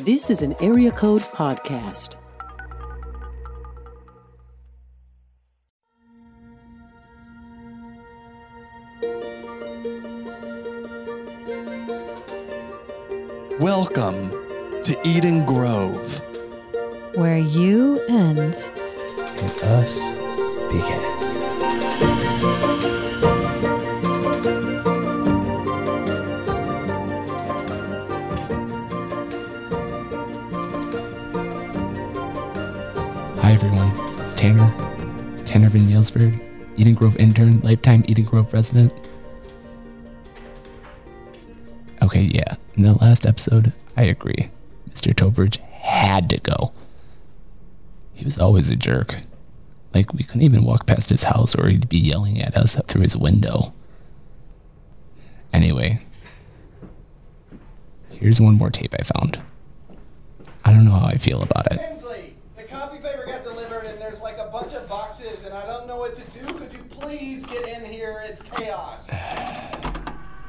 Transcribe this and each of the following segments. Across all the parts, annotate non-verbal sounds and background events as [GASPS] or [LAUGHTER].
This is an Area Code Podcast. Welcome to Eden Grove. where you end. and us begins. Hi everyone, it's Tanner. Tanner Van Nielsberg, Eden Grove intern, lifetime Eden Grove resident. Okay, yeah. In the last episode, I agree. Mr. Tobridge had to go. He was always a jerk. Like we couldn't even walk past his house or he'd be yelling at us through his window. Anyway, here's one more tape I found. I don't know how I feel about it. Hensley, the copy paper got delivered and there's like a bunch of boxes and I don't know what to do. Could you please get in here? It's chaos.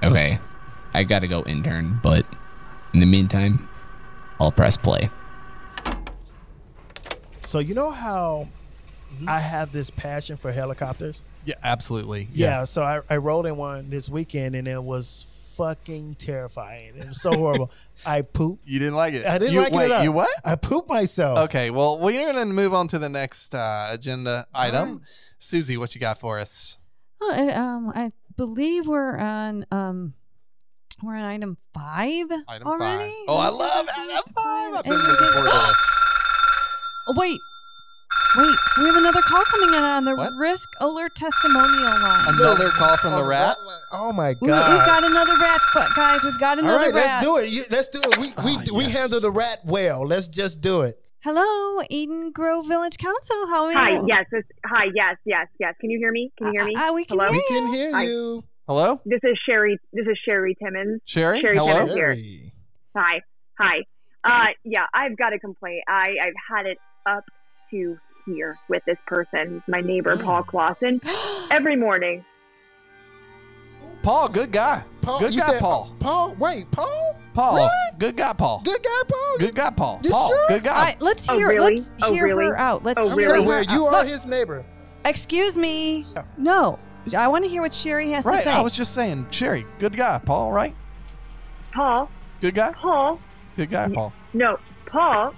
Okay. I gotta go intern, but in the meantime, I'll press play. So you know how I have this passion for helicopters? Yeah, absolutely. Yeah. so I, I rode in one this weekend and it was fucking terrifying. It was so [LAUGHS] horrible. I pooped. You didn't like it. I didn't you, like it. wait, at all. Oh. You what? I pooped myself. Okay, well, we're going to move on to the next uh, agenda item. Susie, what you got for us? Well, I, um, I believe we're on um, we're on item five Item already. five. Oh, I Is that love this item week's five. I've been And we looking did- forward to this. Oh, wait, wait, we have another call coming in on the What? Oh risk alert testimonial line. Another call from the rat. Oh my god. we, have got another rat, but guys, we've got All another right, rat. let's do it. You- Let's do it. We we, Ah, we yes. handle the rat well. Let's just do it. Hello, Eden Grove Village Council. How are Hi, you? yes, this, hi, yes, yes, yes. Can you hear me? Can you hear me? Uh, uh, we can Hello? hear We can hear I- you. Hello? This is Sherry. This is Sherry Timmons. Sherry? Sherry Hello? Timmons here. Very. Hi, hi. Uh, yeah, I've got a complaint. I I've had it up to here with this person. He's my neighbor, Paul Clausen. Every morning. Paul, good guy. Paul, good you guy, said- Paul. Paul, wait, Paul? Paul. Really? Good guy, Paul. Good guy, Paul. Good guy, Paul. You Paul. sure? Good All guy. right, let's Oh, hear. really? Let's Oh, hear really? her out. Let's Oh, hear I'm really? sorry, her where out. you are Look, [LAUGHS] his neighbor. Excuse me. No, I want to hear what Sherry has to Right. say. I was just saying, Sherry, good guy, Paul, right? Paul, Good guy? Paul, Good guy, [GASPS] Paul. no, Paul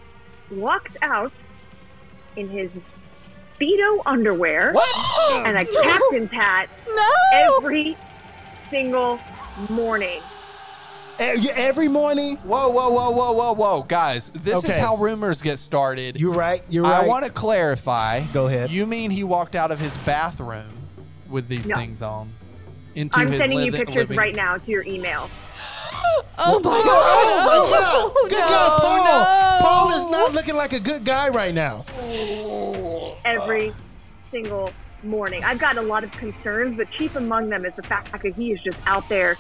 walks out in his Speedo underwear What? and a captain's hat no. every single morning. E- Every morning. Whoa, whoa, whoa, whoa, whoa, whoa. Guys, this is Okay. how rumors get started. You're right. You're right. I want to clarify. Go ahead. You mean he walked out of his bathroom with these No. things on into I'm his sending you living- pictures living- right now to your email. Oh my god! Oh, my God. Good guy, No, Paul. no. Paul is not looking like a good guy right now. every single morning. I've got a lot of concerns, but chief among them is the fact that he is just out there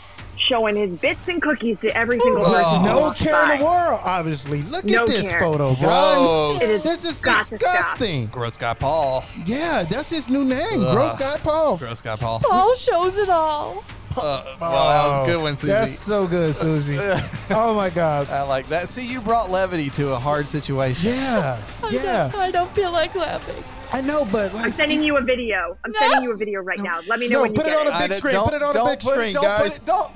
showing his bits and cookies to every single person. Oh. who No walks care in by. the world, obviously. Look No at this care. photo, Gross. guys. It is this is got to stop. disgusting. Gross guy Paul. Yeah, that's his new name, Ugh. Gross Guy Paul. Gross guy Paul. Paul shows it all. Uh, well, that was a good one, Susie. That's so good, Susie. [LAUGHS] oh my God. I like that. See, you brought levity to a hard situation. Yeah, Oh, yeah. I don't feel like laughing. I know, but like, I'm sending you a video. I'm sending you a video right now. Let me know No, when you put it get on a I big don't- screen, don't- put it on a don't big put it- screen, don't put guys. it- don't.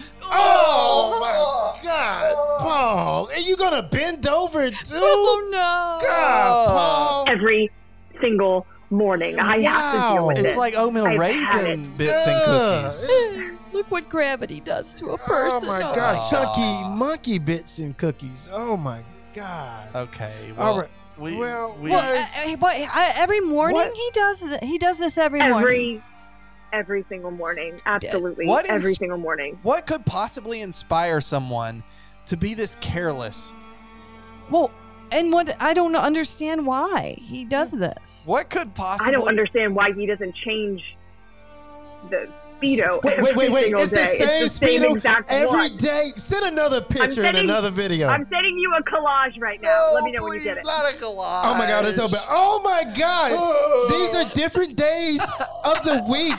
oh my God, Paul, are you gonna bend over too? Oh no! God, Paul. every single morning. I have to deal Wow. with It's it. like oatmeal I've had raisin it. bits and Ugh. cookies. Look what gravity does to a person. Oh my god, chunky monkey bits and cookies. Oh my god. Okay. Well, All right. we, Well, we, Well, uh, uh, but uh, every morning What? he does. th- He does this every, morning. every every single morning. Absolutely. What every ins- single morning. what could possibly inspire someone to be this careless? Well, and what I don't understand why he does this. What could possibly? I don't understand why he doesn't change the Wait, speedo. wait, every wait, wait. single It's the day. same it's the same speedo exact every one. day. Send another picture and sending- another video. I'm sending you a collage right now. Let me know when you get it. Not a collage. oh my god, it's so bad. Oh my god. These are different days of the week.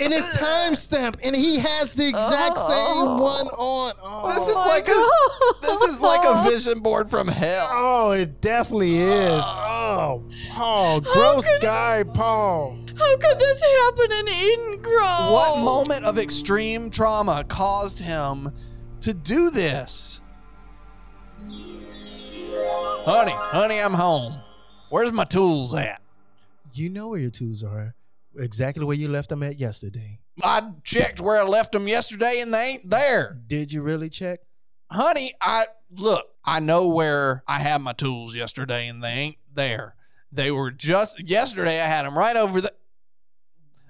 and it's timestamped, and he has the exact same one on. Oh, This is like a this is like a vision board from hell. Oh, it definitely is. Ah. Oh, Paul, gross guy, Paul. How could this happen in Eden Oh. Grove? What moment of extreme trauma caused him to do this? Honey, honey, I'm home. Where's my tools at? You know where your tools are, exactly where you left them at yesterday. I checked where I left them yesterday and they ain't there. Did you really check? Honey, I look, I know where I had my tools yesterday and they ain't there. They were just yesterday I had them right over the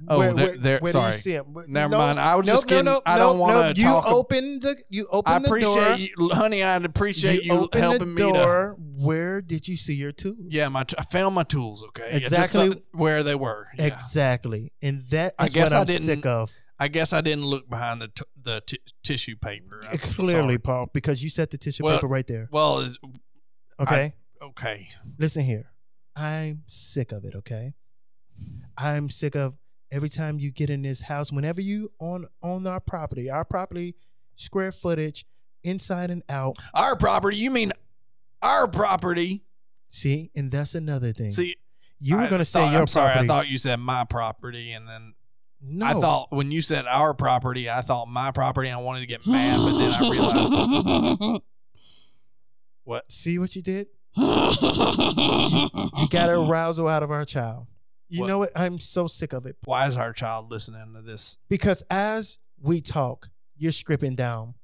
Oh, Where- they're, where- they're- where do you sorry. see 'em? Where- Never no, mind. I was nope, just kidding. No, no, I don't no, want to no. talk. You open the. You open I the door. appreciate you, honey. I appreciate you, open helping the me to. door. Where did you see your tools? Yeah, my t- I found my tools. Okay, Yeah, just Exactly. so- where they were. Yeah. Exactly, and that is I guess what I I'm didn't- sick of. I guess I didn't look behind the t- the t- tissue paper. I'm [LAUGHS] Clearly, sorry. Paul, because you set the tissue Well- paper right there. Well, is, Okay. okay. Listen here. I'm sick of it, okay? I'm sick of every time you get in this house, whenever you on on our property, our property, square footage, inside and out. Our property. You mean our property? See, and that's another thing. See, you were I gonna say thought- your I'm sorry. property. I thought you said my property, and then no, I thought when you said our property, I thought my property. I wanted to get mad, but then I realized. [LAUGHS] What? See what [LAUGHS] you did? you got arousal out of our child. You What? know what? I'm so sick of it. Why is our child listening to this? Because as we talk, you're stripping down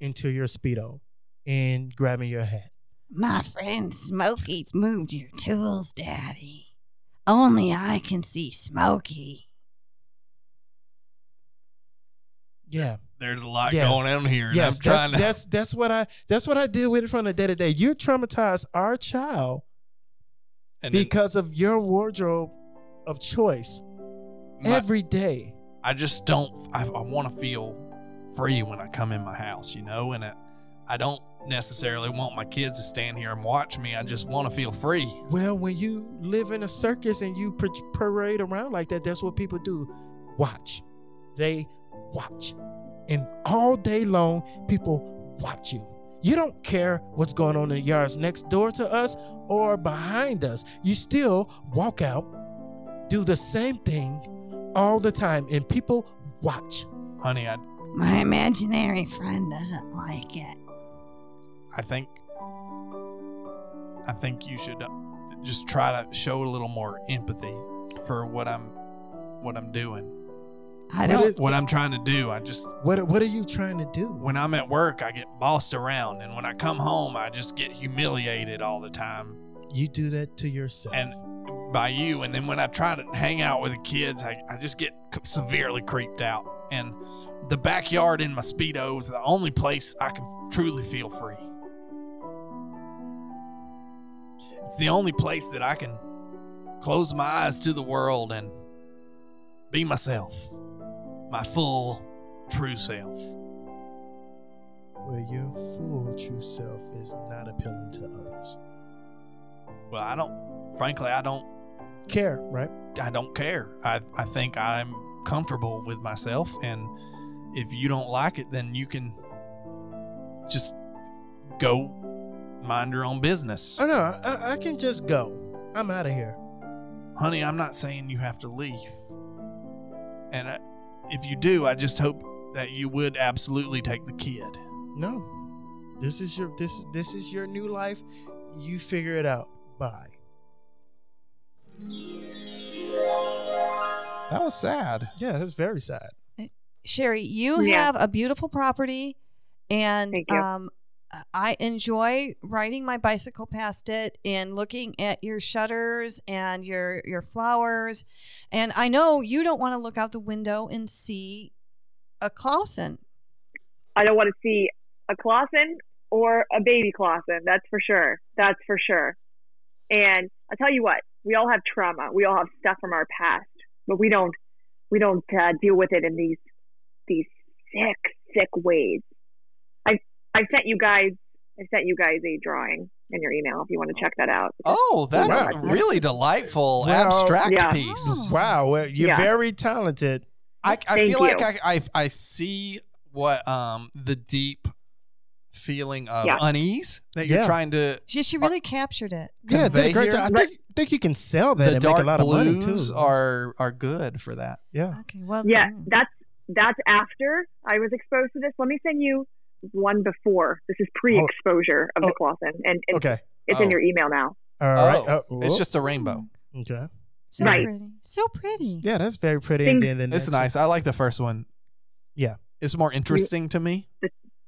into your speedo and grabbing your hat. My friend Smokey's moved your tools, Daddy. Only I can see Smokey. Yeah. There's a lot Yeah. going on here. and Yes, I'm that's, trying to. that's that's what I that's what I deal with it from the day to day. You traumatized our child and then because of your wardrobe of choice my- every day. I just don't. I, I want to feel free when I come in my house, you know, and it, I don't necessarily want my kids to stand here and watch me. I just want to feel free. Well, when you live in a circus and you par- parade around like that, that's what people do. Watch, they watch, and all day long people watch you. You don't care what's going on in the yards next door to us or behind us. You still walk out, do the same thing all the time, and people watch. Honey, I, My imaginary friend doesn't like it. I think. I think you should uh, just try to show a little more empathy for what I'm, what I'm doing, I Well, don't. it- what I'm trying to do. I just What What are you trying to do? when I'm at work, I get bossed around, and when I come home, I just get humiliated all the time. You do that to yourself. and by you. And then when I try to hang out with the kids, I, I just get c- severely creeped out. And the backyard in my Speedo is the only place I can f- truly feel free. It's the only place that I can close my eyes to the world and be myself, my full, true self. where your full true self is not appealing to others. Well, I don't, frankly, I don't Care, right? I don't care. I, I think I'm comfortable with myself. And if you don't like it, then you can just go mind your own business. Oh no, I, I can just go. I'm out of here. Honey, I'm not saying you have to leave. And I, if you do, I just hope that you would absolutely take the kid. No, this is your this this is your new life. You figure it out. Bye. That was sad. Yeah, that's very sad. Sherry, you Yeah. have a beautiful property, and Thank you. um, I enjoy riding my bicycle past it and looking at your shutters and your your flowers. And I know you don't want to look out the window and see a Clausen. I don't want to see a Clausen or a baby Clausen. That's for sure. That's for sure. And I tell you what, we all have trauma. We all have stuff from our past, but we don't we don't uh, deal with it in these these sick sick ways. I I sent you guys I sent you guys a drawing in your email if you want to check that out. Oh, that's Wow. a really delightful Well, abstract yeah. Oh. piece. Wow, well, you're Yeah. very talented. I, I Thank feel you. like I, I I see what um the deep feeling of Yeah. unease that you're Yeah. trying to She, she really captured it. Yeah, did convey a great here. job. I But- think, think you can sell that The and make a dark lot of money too. blues are are good for that. yeah. Okay, well, mm, Yeah, then- that's that's after I was exposed to this. Let me send you one before. This is pre-exposure of Oh. the Clawson, and, and Okay. it's Oh. in your email now. All right. Oh, Oh, it's whoa. just a rainbow. okay. so Right. pretty. So pretty. Yeah, that's very pretty. Things- and then the It's next- nice. I like the first one. Yeah. It's more interesting to me.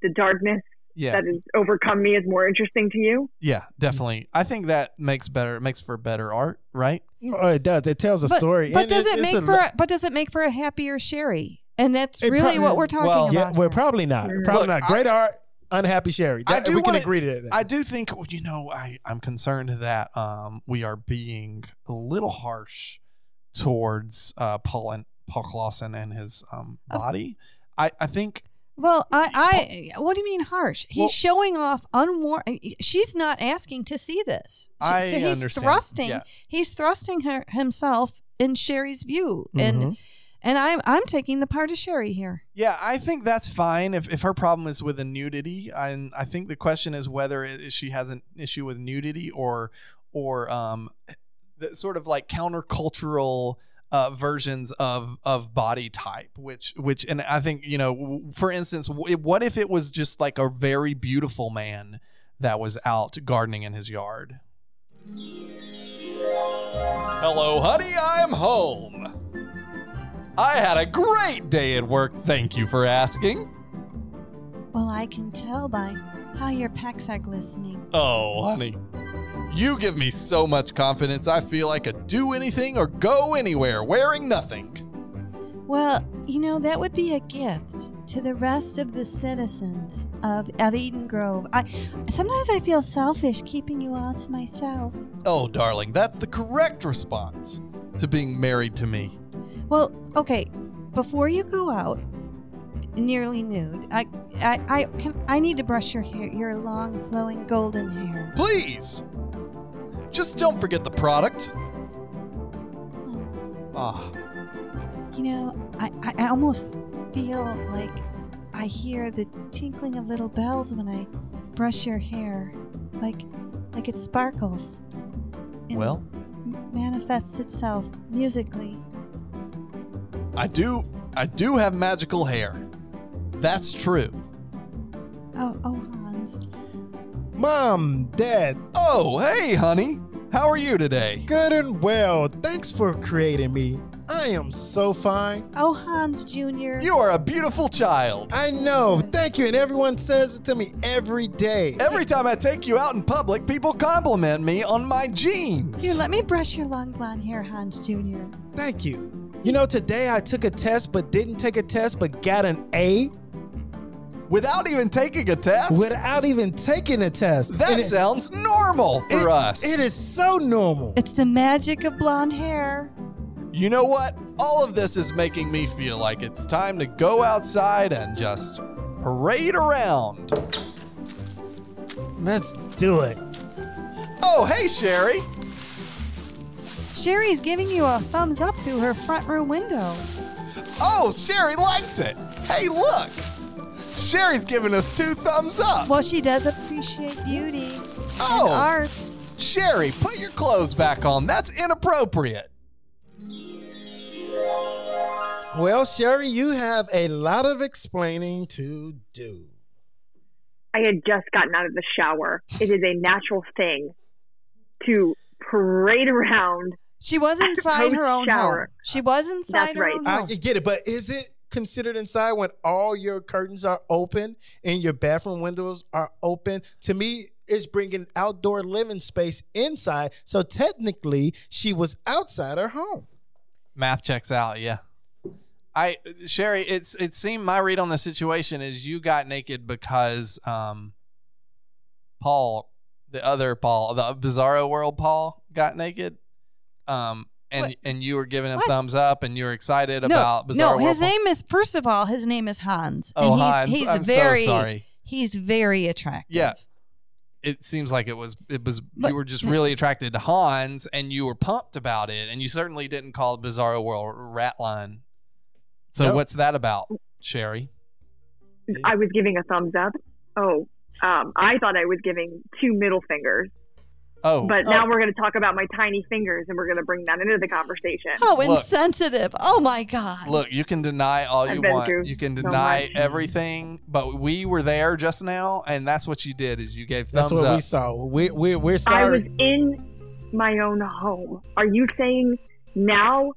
The darkness Yeah. that has overcome me is more interesting to you. Yeah, definitely. I think that makes better it makes for better art, right? Oh, it does. It tells a Mm. but, story. But and does it, it- it's make a for lo- a, but does it make for a happier Sherry? And that's It really probably- what we're talking well, about. Yeah, well, here. probably Oh, not. Probably Look, not. I- Great art, unhappy Sherry. I That- do we can wanna- agree to that. I do think well, you know I I'm concerned that um we are being a little harsh towards uh Paul and Paul Clausen and his um body. I I think Well, I, I, what do you mean harsh? He's Well- showing off unwarranted. She's not asking to see this. She- I so he's understand. thrusting. Yeah. He's thrusting her himself in Sherry's view, and and I'm I'm taking the part of Sherry here. yeah, I think that's fine if, if her problem is with the nudity. And I think the question is whether it, is she has an issue with nudity or or um the sort of like countercultural uh, versions of of body type which which and I think you know w- for instance w- what if it was just like a very beautiful man that was out gardening in his yard Hello honey I'm home I had a great day at work. Thank you for asking. Well, I can tell by how your pecs are glistening. Oh, honey. You give me so much confidence, I feel I could do anything or go anywhere wearing nothing. Well, you know that would be a gift to the rest of the citizens of, of Eden Grove. I sometimes I feel selfish keeping you all to myself. Oh, darling, that's the correct response to being married to me. Well, okay, before you go out nearly nude, I I, I can I need to brush your hair, your long flowing golden hair. Please! Just don't forget the product. Ah, You know, I, I I almost feel like I hear the tinkling of little bells when I brush your hair, like like it sparkles. and well, m- manifests itself musically. I do I do have magical hair. That's true. Oh, oh, Hans. Mom, Dad, Oh, hey, honey. How are you today? good and well. Thanks for creating me. I am so fine. Oh, Hans Jr. You are a beautiful child. I know. Thank you. And everyone says it to me every day. Every time I take you out in public, people compliment me on my jeans. Here, let me brush your long blonde hair, Hans Jr. Thank you. You know, today I took a test, but didn't take a test, but got an A Without even taking a test? without even taking a test. that And it- sounds normal for it- us. It is so normal. It's the magic of blonde hair. You know what? All of this is making me feel like it's time to go outside and just parade around. Let's do it. Oh, hey, Sherry. Sherry's giving you a thumbs up through her front room window. Oh, Sherry likes it. Hey, look. Sherry's giving us two thumbs up. Well, she does appreciate beauty Oh. and art. Sherry, put your clothes back on. That's inappropriate. Well, Sherry, you have a lot of explaining to do. I had just gotten out of the shower. It is a natural thing to parade around. She was inside her own Shower. home. She was inside That's her right. own I home. I get it, but is it considered inside when all your curtains are open and your bathroom windows are open? To me, it's bringing outdoor living space inside. So technically, she was outside her home. math checks out yeah i sherry it's it seemed my read on the situation is you got naked because um paul the other paul the bizarro world paul got naked um and What? and you were giving him What? thumbs up and you were excited no, about bizarro no, world his Paul. name is first of all, his name is Hans. oh and he's, Hans, he's i'm very so sorry he's very attractive. Yeah. it seems like it was it was But- you were just really attracted to hans and you were pumped about it and you certainly didn't call bizarro world ratline So Nope. what's that about, Sherry? I was giving a thumbs up. Oh, um, I thought I was giving two middle fingers. Oh, But now we're going to talk about my tiny fingers and we're going to bring that into the conversation. How Look. insensitive. Oh my God. Look, you can deny all I've you been want. through You can so deny much. everything, but we were there just now, and that's what you did. Is you gave That's thumbs what up. we saw. We, we, we're I was sorry. in my own home. Are you saying now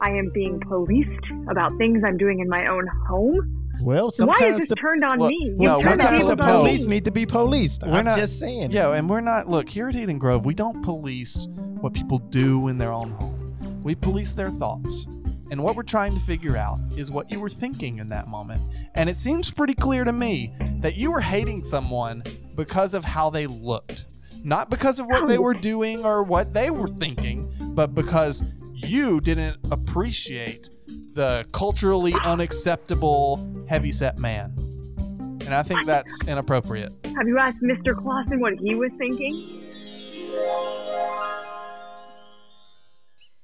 I am being policed about things I'm doing in my own home? well, Why is sometimes this the, turned on Look, me? You no, we're turned not tables the on me. police need to be policed. We're I'm not- just saying. Yeah, and we're not. Look here at Eden Grove, we don't police what people do in their own home. We police their thoughts, and what we're trying to figure out is what you were thinking in that moment. And it seems pretty clear to me that you were hating someone because of how they looked, not because of what they were doing or what they were thinking, but because you didn't appreciate the culturally unacceptable heavyset man. And I think that's inappropriate. Have you asked Mr. Clausen what he was thinking?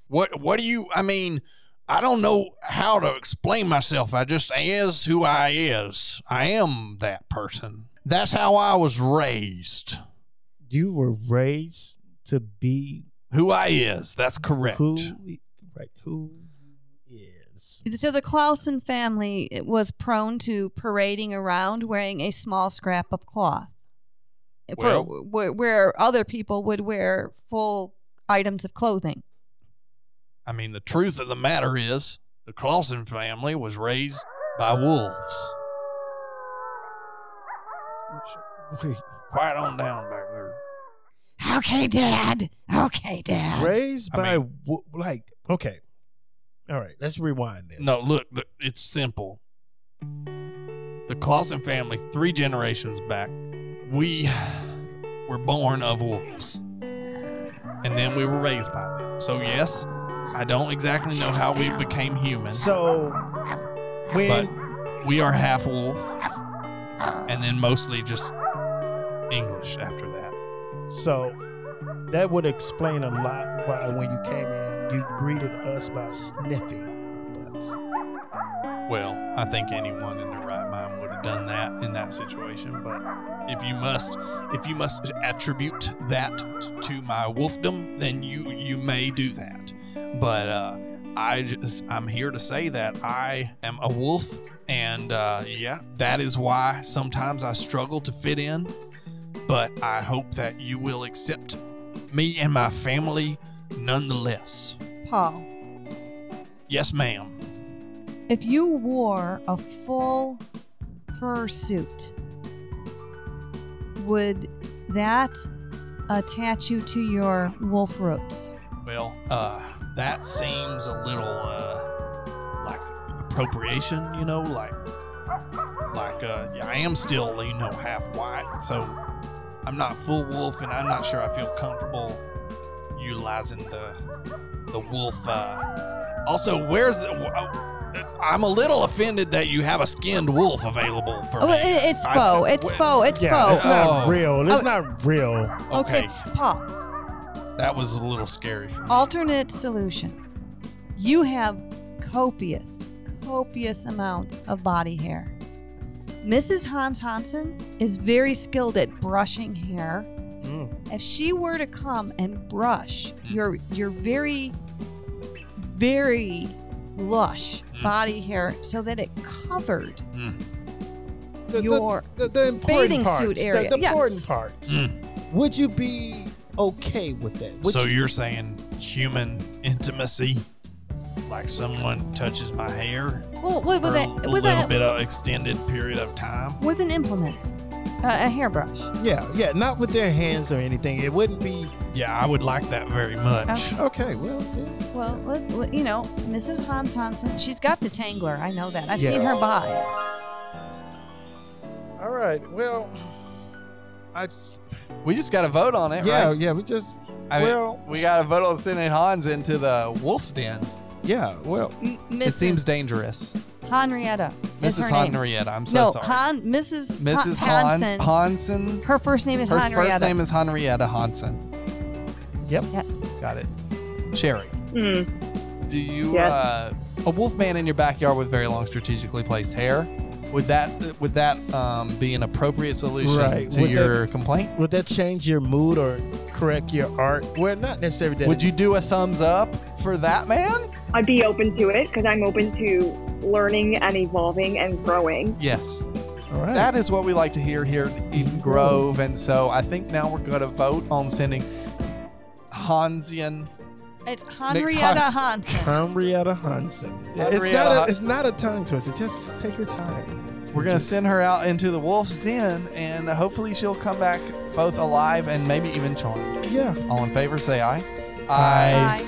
What what do you I mean, I don't know how to explain myself. I just is who I is. I am that person. That's how I was raised. You were raised to be Who I is. That's correct. who, right? Who is? So the Clausen family was prone to parading around wearing a small scrap of cloth, eh, Well- For- where, where other people would wear full items of clothing. I mean, the truth of the matter is, the Clausen family was raised by wolves. Wait, Quiet on down back there. Okay, Dad. Okay, Dad. raised I by wo- like okay. All right, let's rewind this. No, look, th- it's simple. The Clausen family, three generations back, we [SIGHS] were born of wolves. And then we were raised by them. So, yes, I don't exactly know how we became human, So but when we are half wolves. And then mostly just English after that. so that would explain a lot why when you came in you greeted us by sniffing our butts. Well, I think anyone in their right mind would have done that in that situation, but if you must if you must attribute that t- to my wolfdom, then you you may do that. But uh I just I'm here to say that I am a wolf and uh yeah, that is why sometimes I struggle to fit in, but I hope that you will accept me and my family nonetheless. Paul, Yes, ma'am. if you wore a full fur suit, would that attach you to your wolf roots? Well, uh, that seems a little uh, like appropriation, you know, like like uh, yeah, I am still you know half white, so I'm not full wolf, and I'm not sure I feel comfortable utilizing the the wolf. Uh. Also, where's the? oh, I'm a little offended that you have a skinned wolf available for Oh, me. it, it's I- faux. It's wh- faux. It's Yeah, it's faux. not Oh. real. It's Oh. not real. Okay. Paul. that was a little scary for me. alternate solution. You have copious, copious amounts of body hair. Mrs. Hans Hansen is very skilled at brushing hair. Mm. If she were to come and brush your your very, very lush Mm. body hair so that it covered Mm. The- the- your the, the important bathing suit parts, area, The, the yes. important parts. Mm. Would you be okay with that? Would so you, you're saying human intimacy, like someone touches my hair well, with, for with, a, a, with, little a- bit of extended period of time? with an implement, a, a hairbrush. yeah, yeah, not with their hands or anything. It wouldn't be Yeah, I would like that very Oh, much. okay. Well, then, Well, let, let- you know, Mrs. Hans Hansen, she's got the tangler. I know that. I've Yeah. seen her buy. all right. Well, I We just got to vote on it, yeah, right? yeah. We just I mean, well, We got to vote on sending Hans into the wolf's den. yeah, well, M- Mrs. It seems dangerous. Henrietta. is Mrs. her name. Henrietta, I'm so No, sorry. Han, Mrs. Han- Mrs. Hans Hansen. Hansen. her first name is Her Henrietta. first name is Henrietta Hansen. Yep. Yep. Got it. Sherry, Mm. do you Yes. uh, a wolf man in your backyard with very long, strategically placed hair. Would that would that um, be an appropriate solution Right. to Would your complaint? Would that change your mood or correct your art? Well, not necessarily that. Would you do a thumbs up for that man? I'd be open to it because I'm open to learning and evolving and growing. Yes. All right. That is what we like to hear here in Eden Grove. And so I think now we're going to vote on sending Hansian. It's Henrietta Huss. [LAUGHS] Hansen. Henrietta Hansen. It's Henrietta not, Hun- a, it's not a tongue twister. Just take your time. We're going to send her out into the wolf's den, and hopefully she'll come back both alive and maybe even charmed. Yeah. All in favor, say aye. Aye.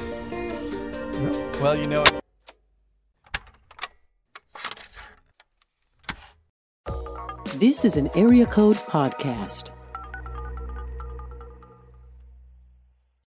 Well, you know it. This is an Area Code Podcast.